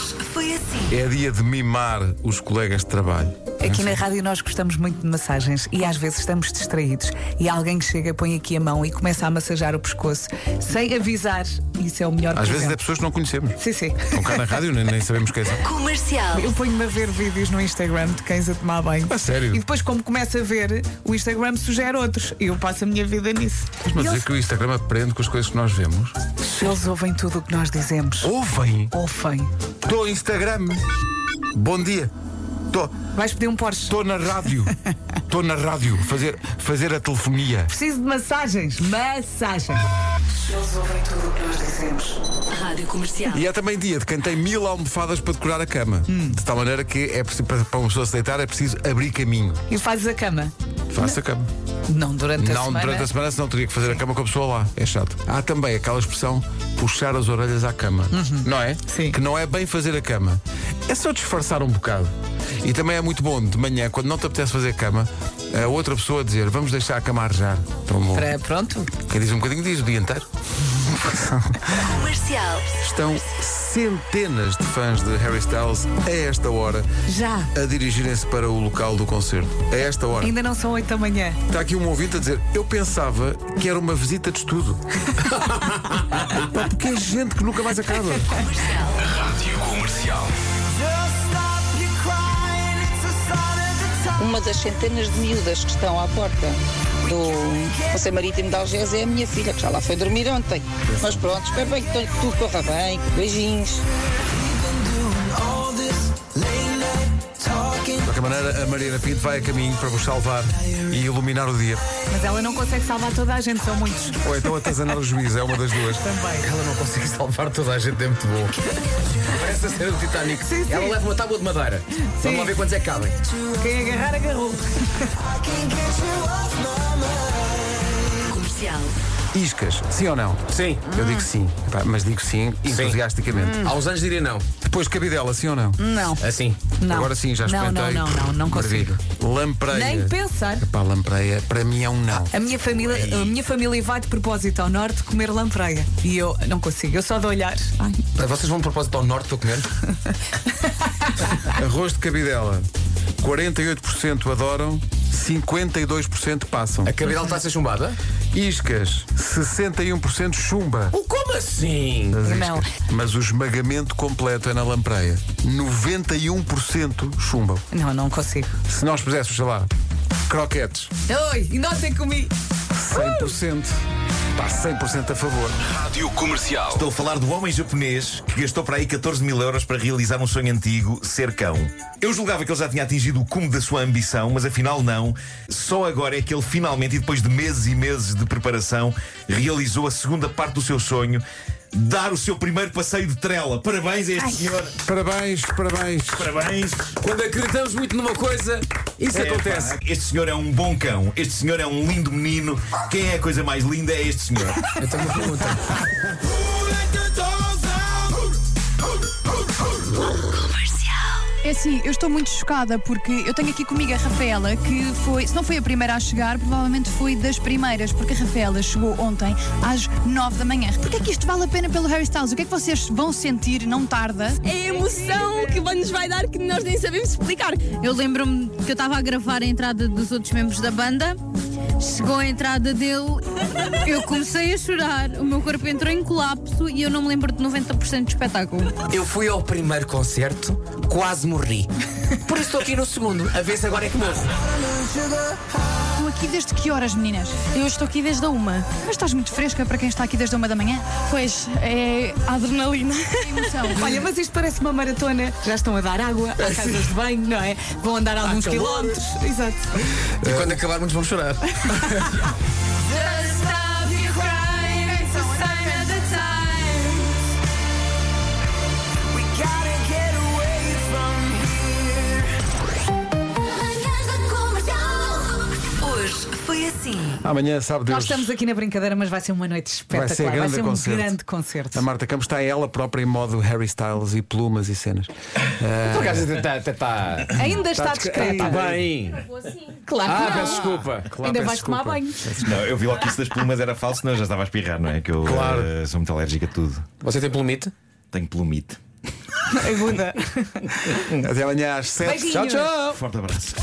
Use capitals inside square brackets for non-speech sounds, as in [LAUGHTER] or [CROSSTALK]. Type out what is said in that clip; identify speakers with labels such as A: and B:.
A: assim.
B: É dia de mimar os colegas de trabalho.
C: Aqui É na rádio nós gostamos muito de massagens e às vezes estamos distraídos e alguém que chega, põe aqui a mão e começa a massajar o pescoço sem avisar. Isso é o melhor
B: Às vezes é
C: presente.
B: pessoas que não conhecemos.
C: Sim, sim.
B: Estão cá na rádio, nem, nem sabemos quem são.
A: Comercial.
C: Eu ponho-me a ver vídeos no Instagram de cães a tomar banho.
B: A sério?
C: E depois, como começo a ver, o Instagram sugere outros. E eu passo a minha vida nisso.
B: Estás-me a
C: E
B: dizer
C: eles,
B: é que o Instagram aprende com as coisas que nós vemos?
C: eles ouvem tudo o que nós dizemos.
B: Ouvem!
C: Ouvem.
B: Estou Instagram! Bom dia! Estou
C: Vais pedir um Porsche.
B: na rádio! Estou na rádio! Fazer, fazer a telefonia!
C: Preciso de massagens. Massagens. Eles ouvem tudo o que nós dizemos.
A: Rádio Comercial.
B: E é também dia de quem tem mil almofadas para decorar a cama. De tal maneira que é preciso, para para uma pessoa se deitar é preciso abrir caminho.
C: E fazes a cama.
B: Faça a cama.
C: Não durante a
B: não,
C: semana.
B: durante a semana, senão teria que fazer a cama com a pessoa lá. É chato. Há também aquela expressão puxar as orelhas à cama. Não é?
C: Uhum. Sim.
B: Que não é bem fazer a cama. É só disfarçar um bocado. E também é muito bom de manhã, quando não te apetece fazer cama, a outra pessoa dizer vamos deixar a cama arjar. Tão bom.
C: Para, pronto,
B: Quem diz um bocadinho diz o dia inteiro.
A: Comercial.
B: Estão centenas de fãs de Harry Styles a esta hora
C: já.
B: a dirigirem-se para o local do concerto. A esta hora.
C: Ainda não são 8 da manhã.
B: Está aqui um ouvinte a dizer: Eu pensava que era uma visita de
D: [LAUGHS]
B: estudo. Pá, Porque é gente que nunca mais acaba.
E: Uma das centenas de miúdas que estão à porta do Conselho Marítimo de Algés é a minha filha, que já lá foi dormir ontem. Mas pronto, espero bem que tu- que tudo corra bem. Beijinhos.
B: De qualquer maneira, a Mariana Pinto vai a caminho para vos salvar e iluminar o dia.
C: Mas ela não consegue salvar toda a gente, são muitos.
B: Ou então atazanar o juiz, é uma das duas.
D: Ela não consegue salvar toda a gente, é muito bom. Parece a cena do Titanic.
C: Sim, sim.
D: Ela leva uma tábua de madeira.
C: Sim.
D: Vamos lá ver quantos é que cabem.
C: Quem agarrar, agarrou.
A: Comercial.
B: Iscas, sim ou não?
D: Sim.
B: Eu
C: Ah.
B: digo sim, Epá, mas digo sim entusiasticamente.
D: Aos anos diria não.
B: Depois cabidela, sim ou não?
C: Não,
D: Assim.
C: não.
B: Agora sim, já
C: Não, não,
B: experimentei. é.
C: não, não, não consigo.
B: Maravilha. Lampreia.
C: Nem pensar.
B: Epá, lampreia, para mim é um não.
C: A minha, família, a minha família vai de propósito ao norte comer lampreia. E eu não consigo, eu só de olhar. Ai,
D: Vocês vão de propósito ao norte para comer?
B: Arroz de cabidela. 48% adoram, 52% passam.
D: A cabidela está a ser chumbada?
B: Iscas, 61% chumba.
D: Oh, como assim?
B: das iscas.
C: Uh, Não.
B: Mas é o esmagamento completo é na lampreia. 91% chumbam.
C: não, não consigo.
B: Se nós puséssemos, sei lá, croquetes,
C: Oi, e é notem comigo.
B: 100%. Pá, 100% a favor.
F: Rádio Comercial.
G: Estou a falar do homem japonês que gastou para aí 14 mil euros para realizar um sonho antigo, ser cão. Eu julgava que ele já tinha atingido o cume da sua ambição, mas afinal não. Só agora é que ele finalmente, e depois de meses e meses de preparação, realizou a segunda parte do seu sonho, dar o seu primeiro passeio de trela. Parabéns a este senhor.
B: Parabéns, parabéns.
G: Parabéns.
D: Quando acreditamos muito numa coisa, isso
G: É,
D: acontece.
G: pá, Este senhor é um bom cão. Este senhor é um lindo menino. Quem é a coisa mais linda é este senhor.
D: Eu tenho uma pergunta.
H: É assim, eu estou muito chocada porque eu tenho aqui comigo a Rafaela, que foi, se não foi a primeira a chegar, provavelmente foi das primeiras, porque a Rafaela chegou ontem às 9 da manhã. Porquê é que isto vale a pena pelo Harry Styles? O que é que vocês vão sentir? Não tarda.
I: É a emoção que nos vai dar que nós nem sabemos explicar. Eu lembro-me que eu estava a gravar a entrada dos outros membros da banda, chegou a entrada dele, eu comecei a chorar, o meu corpo entrou em colapso e eu não me lembro de 90% do espetáculo.
D: Eu fui ao primeiro concerto, quase morri. Por isso estou aqui no segundo, a ver se agora é que morro.
H: Estão aqui desde que horas, meninas?
J: Eu estou aqui desde a uma.
H: Mas estás muito fresca para quem está aqui desde a uma da manhã.
J: Pois, é a adrenalina.
H: Que emoção.
J: [LAUGHS]
C: Olha, mas isto parece uma maratona. Já estão a
B: [LAUGHS]
C: dar água, há casas de banho, não é? Vão andar alguns
D: calor.
C: quilómetros. Exato.
D: E quando acabar, muitos vão chorar.
A: Hoje foi assim.
B: Amanhã, sabe Deus.
C: Nós estamos aqui na brincadeira, mas vai ser uma noite espetacular.
B: Vai ser grande
C: um
B: concerto.
C: grande concerto.
B: A Marta Campos está ela própria em modo Harry Styles e plumas e cenas.
D: Por acaso até está.
C: Ainda está discreta.
D: Tá bem.
C: Claro que
D: Ah,
C: não.
D: peço desculpa.
B: Claro,
C: Ainda
B: peço
C: vais tomar
B: desculpa.
C: banho.
G: [LAUGHS] Não, eu vi logo que isso das plumas era falso, não, eu já estava a espirrar, não é? Que eu
B: Claro.
G: eh, sou muito alérgico a tudo.
D: Você tem plumite?
G: Tenho plumite.
J: Agunda.
B: Até amanhã às 7. Tchau,
J: Beijinhos.
B: tchau.
G: Forte abraço.